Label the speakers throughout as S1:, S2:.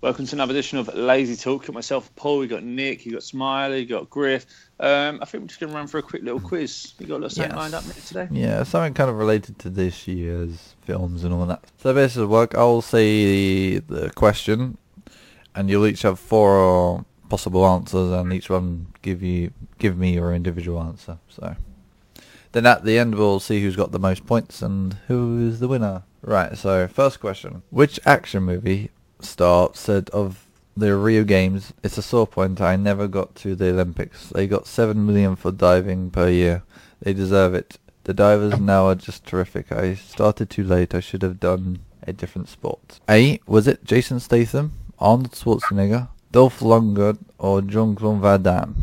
S1: Welcome to another edition of Lazy Talk. Got myself, Paul. We got Nick. You got Smiley. You got Griff. Um, I think we're just going to run for a quick little quiz. You got a little something
S2: Yes.
S1: lined up Nick, today?
S2: Yeah, something kind of related to this year's films and all that. So basically, work. I'll say the, the question, and you'll each have four possible answers, and each one give you give me your individual answer. So then at the end, we'll see who's got the most points and who is the winner. Right. So first question: Which action movie star said of the Rio Games, it's a sore point. I never got to the Olympics. They got seven million for diving per year. They deserve it. The divers now are just terrific. I started too late. I should have done a different sport. A. Was it Jason Statham, Arnold Schwarzenegger, Dolph Lundgren, or Jean-Claude Van Damme?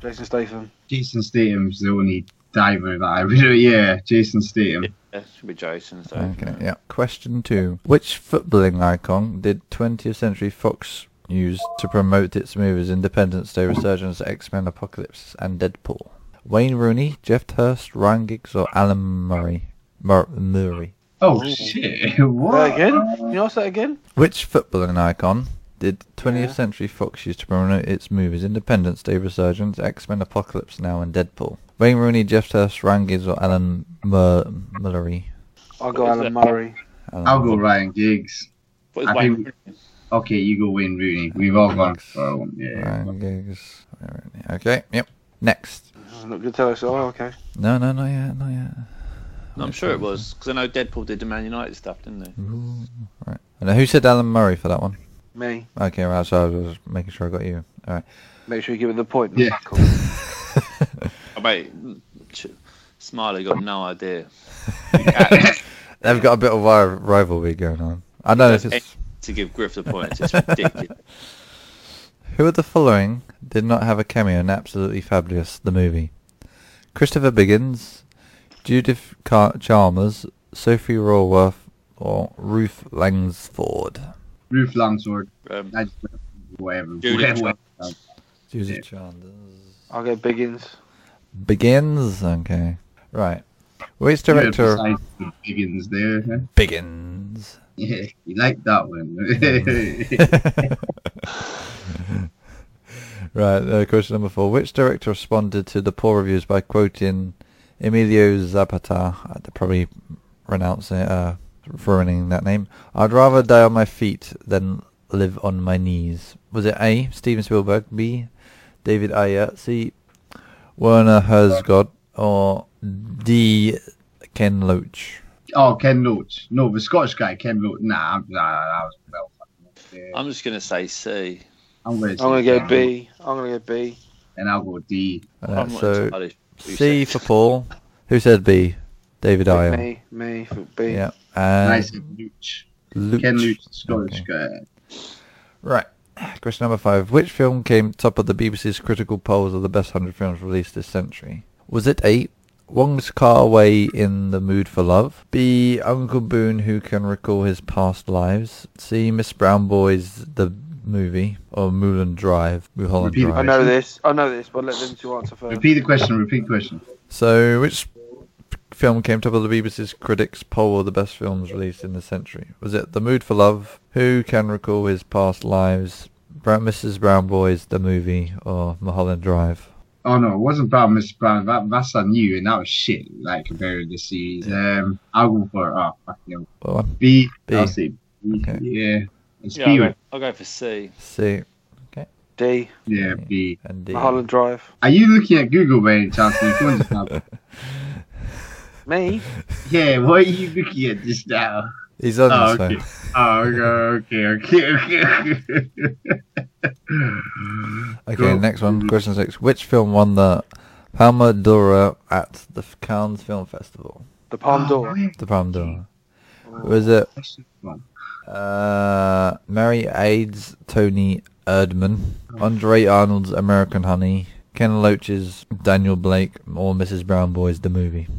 S3: Jason Statham.
S4: Jason Statham's the only diver that I really, yeah, Jason Statham.
S1: Yeah, it should be Jason. So.
S2: Okay, yeah. Question two. Which footballing icon did 20th Century Fox use to promote its movies Independence Day, Resurgence, X-Men, Apocalypse, and Deadpool? Wayne Rooney, Jeff Hurst, Ryan Giggs, or Alan Murray? Mur- Murray.
S4: Oh
S3: Ooh.
S4: shit!
S3: Say
S4: What?
S3: again? Can you ask that again?
S2: Which footballing icon did 20th
S3: Yeah.
S2: Century Fox use to promote its movies Independence Day, Resurgence, X-Men, Apocalypse Now, and Deadpool? Wayne Rooney, Jeff Hurst, Ryan Giggs, or Alan Mur- Murray?
S3: I'll
S1: What
S3: go
S1: is
S3: Alan
S1: it?
S3: Murray.
S2: Alan
S4: I'll go Ryan Giggs.
S1: What
S4: I
S1: is Wayne?
S4: Okay, you go Wayne Rooney. We've all gone for one. Yeah.
S2: Ryan Giggs. Okay, yep. Next.
S3: Doesn't look good to us. Oh, okay.
S2: No, no, not yet, not yet.
S1: No, I'm sure it was because I know Deadpool did the Man United stuff, didn't they?
S2: Ooh, Right. And who said Alan Murray for that one?
S3: Me.
S2: Okay, right, so I was just making sure I got you. All right.
S3: Make sure you give it the point.
S4: Yeah.
S3: Cool.
S1: Oh, mate, ch- Smiley got no idea.
S2: They've got a bit of ri- rivalry going on. I know if
S1: Does
S2: it's...
S1: to give Griff the points. It's ridiculous.
S2: Who of the following did not have a cameo in Absolutely Fabulous, the movie? Christopher Biggins, Judith Car- Chalmers, Sophie Raworth, or Ruth Langsford?
S4: Roof Langsford.
S1: Um,
S4: I just went whatever.
S1: Judith
S4: whatever.
S2: Judith
S4: Yeah.
S2: Chalmers.
S3: I'll go Biggins.
S2: Begins. Okay. Right. Which
S4: You
S2: director
S4: had besides the Higgins there. huh?
S2: begins?
S4: Yeah, you like that one.
S2: right. Uh, question number four. Which director responded to the poor reviews by quoting Emilio Zapata? I'd probably renounce it. Uh, ruining that name. I'd rather die on my feet than live on my knees. Was it A. Steven Spielberg, B. David Ayer, C. Werner Herzog, or D. Ken Loach?
S4: oh, Ken Loach. No, the Scottish guy, Ken Loach. Nah, I'm- nah, that was well. Yeah,
S1: I'm just gonna say C.
S4: I'm gonna,
S3: I'm gonna
S4: say
S3: go
S4: Ken Loach,
S3: B. I'm gonna go B.
S4: And I'll go D.
S2: Uh,
S1: I'm not
S2: so
S1: entirely sure who
S2: C
S1: said-
S2: for Paul. Who said B? David Ayer.
S3: Me. Me for B.
S2: Yeah. And
S4: nice Loach.
S2: Luke.
S4: Ken Loach, Scottish
S2: Uh, Okay.
S4: guy.
S2: Right. Question number five. Which film came top of the BBC's critical polls of the best 100 films released this century? Was it A. Wong's Car Away in the Mood for Love? B. Uncle Boone Who Can Recall His Past Lives? C. Miss Brown Boy's The Movie? Or Mulholland Drive? Mulholland
S4: Repeat Oh, the
S2: Drive.
S3: I know this. I know this, but let them two answer first.
S4: Repeat the question. Repeat the question.
S2: So, which film came top of the BBC's critics' poll of the best films released in the century? Was it The Mood for Love, Who Can Recall His Past Lives, Brown, Mrs. Brown Boys, The Movie, or Mulholland Drive?
S4: Oh no, it wasn't Brown Miss Brown. That, that's a new and that was shit. Like compared to the series. Um, I'll go for oh fuck no.
S2: What one?
S4: B.
S2: B.
S4: will say B.
S2: Okay.
S4: Yeah. It's
S1: Yeah,
S4: B.
S1: I'll
S4: right?
S1: go, I'll go for C.
S2: C
S3: D.
S4: Yeah, B.
S2: and D.
S3: Holland Drive.
S4: Are you looking at Google by any chance? Your phone's not-
S3: Me.
S4: yeah, what are you looking at just now?
S2: He's on
S4: Oh,
S2: his phone.
S4: okay. Oh, okay, okay, okay, okay.
S2: Okay,
S4: Cool.
S2: next one. Question six. Which film won the Palma d'Oro at the Cannes Film Festival?
S3: The Palm
S4: Oh,
S3: d'Or.
S4: wait,
S2: The Palma d'Oro. Was it
S4: question one.
S2: Uh, Mary Aids Tony Erdman, Andre Arnold's American Honey, Ken Loach's Daniel Blake, or Mrs. Brown Boy's The Movie.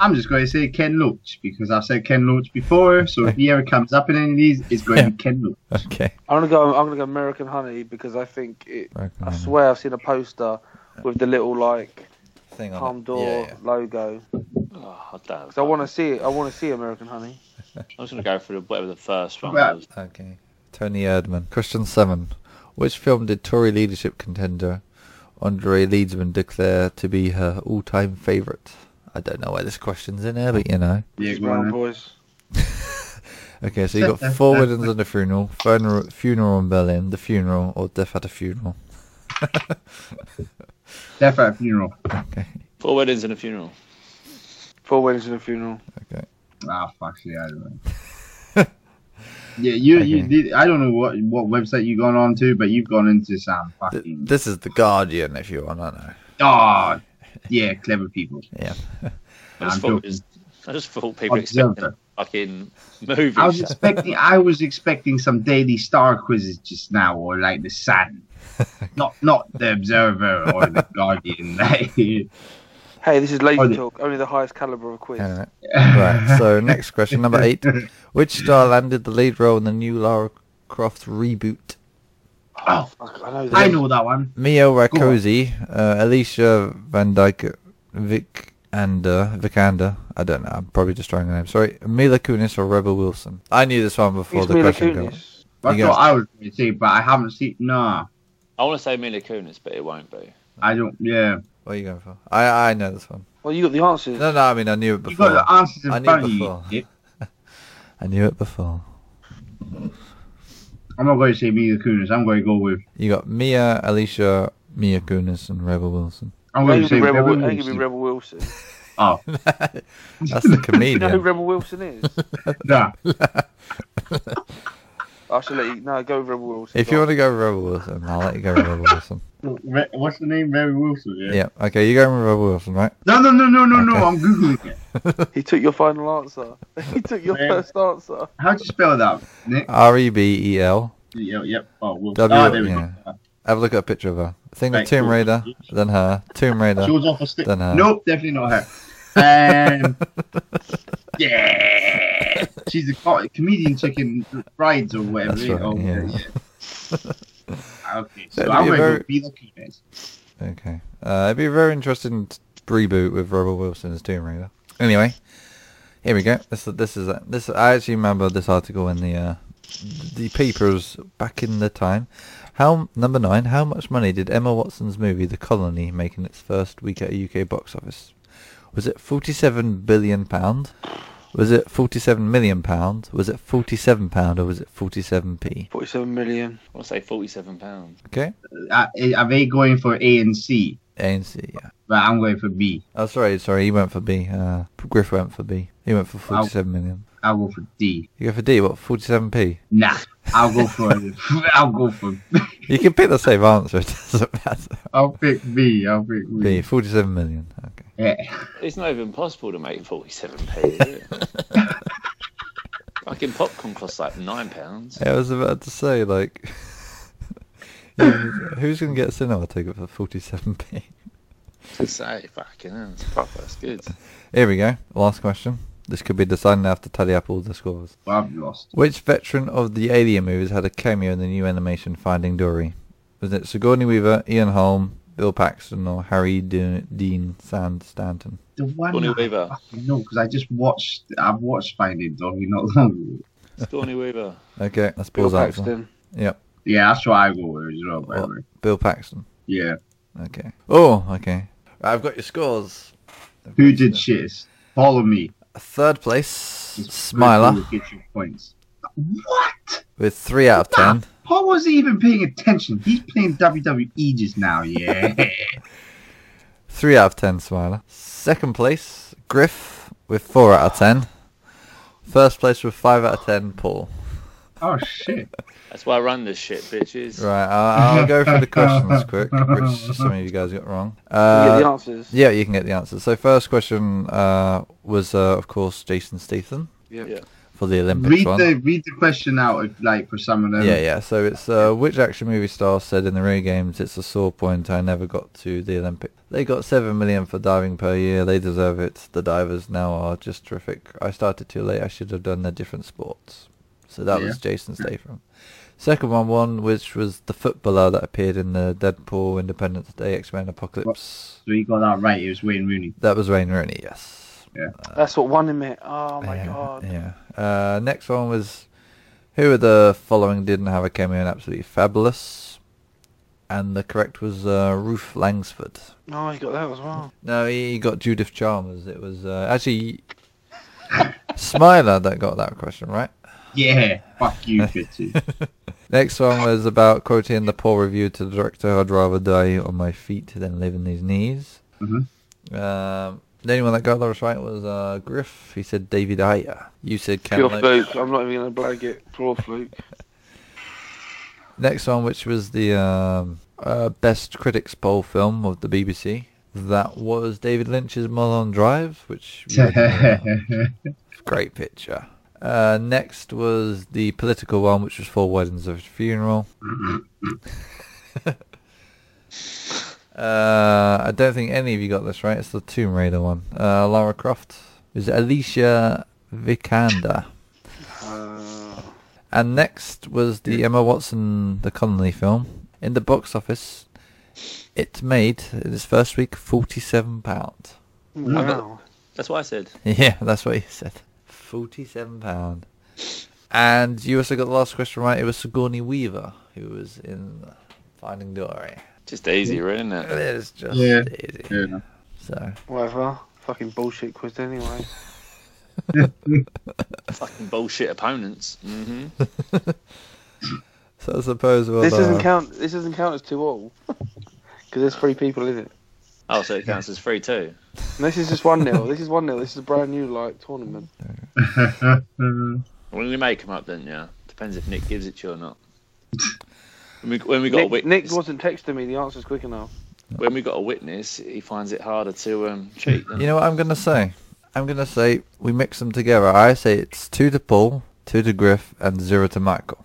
S4: I'm just going to say Ken Loach because I've said Ken Loach before. So if he ever comes up in any of these, it's going to be Ken Loach.
S2: Okay.
S3: I'm gonna go. I'm gonna go American Honey because I think it.
S2: American
S3: I
S2: Honey.
S3: swear I've seen a poster with the little like
S2: Thing on
S3: Palm
S2: it.
S3: d'Or
S2: Yeah, yeah.
S3: logo.
S1: Oh, I don't.
S3: 'Cause I want to see it. I want to see American Honey.
S1: I'm just gonna go for the, whatever the first one
S4: Right.
S1: was.
S2: Okay. Tony Erdman. Question seven: Which film did Tory leadership contender Andre Leedsman declare to be her all-time favourite? I don't know why this question's in there, but you know.
S4: Yeah, go on
S3: Brown
S4: then.
S3: boys.
S2: Okay, so you got Four Weddings and a Funeral, Funeral, Funeral in Berlin, The Funeral, or Death at a Funeral.
S4: Death at a funeral.
S2: Okay.
S1: Four weddings and a funeral.
S3: Four weddings and a funeral.
S4: Ah, fuck yeah, I don't know. yeah, you, you
S2: Okay.
S4: did. I don't know what what website you've gone on to, but you've gone into some
S2: Th-
S4: fucking.
S2: this is The Guardian, if you want, I know.
S4: Ah, yeah, clever people.
S2: Yeah.
S1: I just,
S4: I'm
S1: thought, it
S4: joking.
S1: was, I just thought people
S4: Observer.
S1: expected a fucking movie.
S4: I was expecting I was expecting some Daily Star quizzes just now, or like the Sun, not not the Observer or the Guardian.
S3: Hey, this is lazy
S4: Oh, the-
S3: talk. Only the highest caliber of quiz.
S2: Alright. Right, so next question, number eight. Which star landed the lead role in the new Lara Croft reboot?
S4: oh,
S3: Fuck, I know that.
S4: I know that one.
S2: Mio
S4: on.
S2: Rakosi, uh, Alicia Van Dyke, Vic Ander, Vikander. I don't know. I'm probably destroying the name. Sorry, Mila Kunis or Rebel Wilson. I knew this one before
S3: It's
S2: the
S3: Mila
S2: question. came.
S3: Kunis.
S4: That's
S2: You
S4: what
S2: got-
S4: I was going to say, but I haven't seen. Nah,
S1: I want to say Mila Kunis, but it won't be.
S4: I don't. Yeah,
S2: What are you going for? I I know this one.
S3: Well, you got the answers.
S2: No, no. I mean, I knew it
S4: you
S2: before.
S4: got the answers in
S2: I knew
S4: front of you.
S2: before.
S4: Dick.
S2: I knew it before.
S4: I'm not going to say Mila Kunis. I'm going to go with.
S2: You got Mia, Alicia, Mia Kunis, and Rebel Wilson.
S4: I'm
S3: I
S4: going
S3: think
S4: to
S3: it'd be
S4: say
S3: Rebel,
S4: Rebel
S3: Wi- I think it'd
S4: Wilson.
S3: be Rebel Wilson.
S4: Oh,
S2: That's the
S3: you know who
S2: comedian.
S3: Rebel Wilson is?
S4: nah.
S3: I should let you. No, go with Rebel Wilson.
S2: If you want to go with Rebel Wilson, I'll let you go with Rebel Wilson.
S4: Re- What's the name? Rebel Wilson. Yeah.
S2: Yeah. Okay, you're going with Rebel Wilson, right?
S4: No, no, no, no, no, no.
S2: Okay.
S4: I'm googling it.
S3: he took your final answer. he took your
S4: Man.
S3: first answer.
S4: How do you spell that? Nick?
S2: R E B E L.
S4: Yep. yep. Oh, Wilson.
S2: W-
S4: Ah, there we
S2: yeah.
S4: go.
S2: Have a look at a picture of her. I think
S4: Right,
S2: of Tomb
S4: cool.
S2: Raider, then her. Tomb Raider.
S4: She was off a stick.
S2: Don't know.
S4: Nope, definitely not her. Um, yeah, she's a co- comedian chicken brides or whatever.
S2: That's
S4: eh?
S2: right,
S4: Oh,
S2: yeah.
S4: yeah. okay, so
S2: That'd
S4: I'm
S2: be a
S4: going
S2: very-
S4: to be looking at it.
S2: Okay. Uh, it'd be a very interesting t- reboot with Robert Wilson as Tomb Raider. Anyway, here we go. This this is uh, this. I actually remember this article in the uh, the papers back in the time. How number nine? How much money did Emma Watson's movie The Colony make in its first week at a UK box office? Was it forty-seven billion pound? Was it forty-seven million pound? Was it forty-seven pound or was it forty-seven p?
S3: 47 million.
S1: I want to say forty-seven pounds.
S2: Okay,
S4: Uh, are they going for A and C?
S2: A and C. Yeah.
S4: But I'm going for B.
S2: Oh, sorry, sorry. He went for B. Uh, Griff went for B. He went for
S4: Wow.
S2: forty-seven million.
S4: I'll go for D.
S2: You go for D, what, 47p?
S4: Nah, I'll go for. I'll go for.
S2: You can pick the same answer, it doesn't matter.
S4: I'll pick B. I'll pick B.
S2: B, 47 million. Okay.
S4: Yeah.
S1: It's not even possible to make forty-seven p. Is it? Fucking popcorn costs like nine pounds.
S2: I was about to say, like, who's going to get a cinema ticket for 47p?
S1: Say fucking hell, it's proper. That's good.
S2: Here we go. Last question. This could be decided after tally up all the scores.
S4: Well, I've lost.
S2: Which veteran of the Alien movies had a cameo in the new animation Finding Dory? Was it Sigourney Weaver, Ian Holm, Bill Paxton, or Harry De- Dean Sand Stanton?
S4: The one.
S1: Johnny
S4: I
S1: Weaver.
S4: fucking know because I just watched. I've watched Finding Dory not long ago.
S1: Stormy Weaver.
S2: Okay, that's
S3: Bill
S2: Paul's answer.
S3: Paxton.
S2: Yep,
S4: Yeah, that's what I go with as well. By
S2: Well-
S4: the way.
S2: Bill Paxton.
S4: Yeah.
S2: Okay. Oh, okay. I've got your scores.
S4: Who did shittest? Follow me.
S2: Third place, Smiler,
S4: Who gets your points? What?
S2: with three out of ten.
S4: Paul wasn't even paying attention. He's playing WWE just now. Yeah.
S2: Three out of ten, Smiler. Second place, Griff, with four out of ten. First place with five out of ten, Paul.
S4: oh shit.
S1: That's why I run this shit, bitches.
S2: Right, I'll, I'll go through the questions quick, which some of you guys got wrong.
S3: you get the
S2: Uh,
S3: answers.
S2: yeah, you can get the answers. So first question uh, was, uh, of course, Jason Statham
S1: Yeah.
S2: for the Olympics
S4: Read
S2: one.
S4: the read the question out if like for some of them.
S2: Yeah, yeah. So it's uh, which action movie star said in the Rio Games, "It's a sore point. I never got to the Olympic. They got seven million for diving per year. They deserve it. The divers now are just terrific. I started too late. I should have done their different sports." So that
S4: Yeah.
S2: was Jason Statham. Second one, one which was the footballer that appeared in the Deadpool, Independence Day, X Men, Apocalypse.
S4: So he got that right. It was Wayne Rooney.
S2: That was Wayne Rooney. Yes.
S3: That's what won him it. Oh my
S2: yeah,
S3: god.
S2: Yeah. Uh, next one was Who of the following didn't have a cameo in Absolutely Fabulous? And the correct was uh, Ruth Langsford.
S3: Oh, you got that as well.
S2: No, he he got Judith Chalmers. It was uh, actually Smiler that got that question right.
S4: Yeah, fuck you, bitches.
S2: Next one was about quoting the poor review to the director. I'd rather die on my feet than live in these knees.
S4: Mhm.
S2: Um, the only one that got that right was uh, Griff. He said David Ayer. You said
S3: Pure
S2: Cantaloupe.
S3: fluke. I'm not even going to blag it. Pure fluke.
S2: Next one, which was the um, uh, best critics poll film of the BBC, that was David Lynch's Mulholland Drive, which we had, uh, great picture. Uh, next was the political one, which was Four Weddings of a Funeral. uh, I don't think any of you got this right. It's the Tomb Raider one. Uh, Lara Croft is Alicia Vikander.
S3: Uh,
S2: And next was the Emma Watson, the Connolly film. In the box office, it made in its first week forty-seven pound.
S3: Mm. wow.
S1: That's what I said.
S2: Yeah, that's what he said. Forty-seven pound. And you also got the last question right. It was Sigourney Weaver who was in Finding Dory.
S1: Just easier, isn't
S2: It
S1: it?
S2: is just
S4: Yeah.
S2: easy.
S4: Yeah.
S2: So
S3: Whatever. Fucking bullshit quiz anyway.
S1: Fucking bullshit opponents. hmm
S2: so I suppose we'll.
S3: this
S2: uh,
S3: doesn't count. This doesn't count as two all. Because there's three people in it.
S1: Oh, so it counts as three too.
S3: And this is just one nil. This is one nil. This is a brand new like tournament.
S4: Uh,
S1: When we make them up, then yeah. Depends if Nick gives it to you or not. When we, when we got a
S3: Nick,
S1: witness,
S3: Nick wasn't texting me the answers quick enough.
S1: when we got a witness, he finds it harder to um, cheat. than-
S2: You know what I'm gonna say? I'm gonna say we mix them together. I say it's two to Paul, two to Griff, and zero to Michael.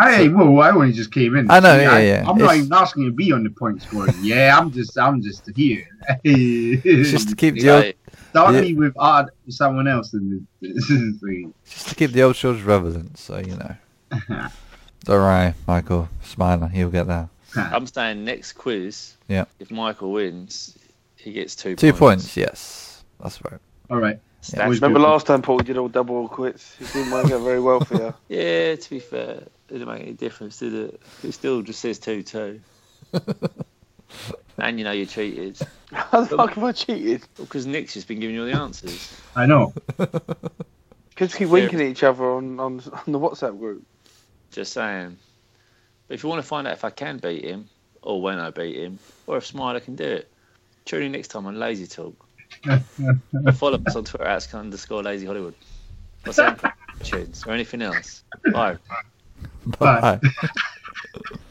S4: Hey, whoa, whoa, I only just came in.
S2: I know, yeah,
S4: I,
S2: yeah.
S4: I'm not
S2: It's-
S4: even asking you to be on the point scoring. yeah, I'm just, I'm just here.
S2: It's just to keep the old,
S1: Like,
S4: Start
S2: yeah.
S4: me with odd someone else in this thing.
S2: just to keep the old shows relevant. So you know. It's All right, Michael, smiler, you'll get that.
S1: I'm saying next quiz.
S2: Yeah.
S1: If Michael wins, he gets two.
S2: Two
S1: points.
S2: points, yes, that's right.
S4: All right.
S1: Stats-
S4: always
S3: Remember
S4: good.
S3: last time Paul did all double all quits. It didn't work out very well for you.
S1: Yeah, to be fair, it didn't make any difference, did it? It still just says two two. and you know you cheated
S3: How the fuck have I cheated?
S1: because Nick's just been giving you all the answers.
S4: I know.
S3: Kids keep winking at each other on, on on the WhatsApp group.
S1: Just saying. But if you want to find out if I can beat him, or when I beat him, or if Smiler can do it, tune in next time on Lazy Talk. Or follow us on Twitter at scan underscore Lazy Hollywood. Or send questions or anything else. Bye.
S4: Bye.
S2: Bye.